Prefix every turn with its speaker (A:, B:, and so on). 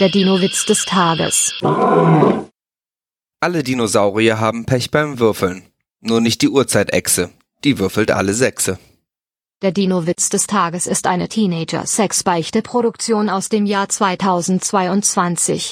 A: Der Dino-Witz des Tages.
B: Alle Dinosaurier haben Pech beim Würfeln. Nur nicht die Urzeitechse. Die würfelt alle Sechse.
A: Der Dino-Witz des Tages ist eine Teenager-Sex-Beichte-Produktion aus dem Jahr 2022.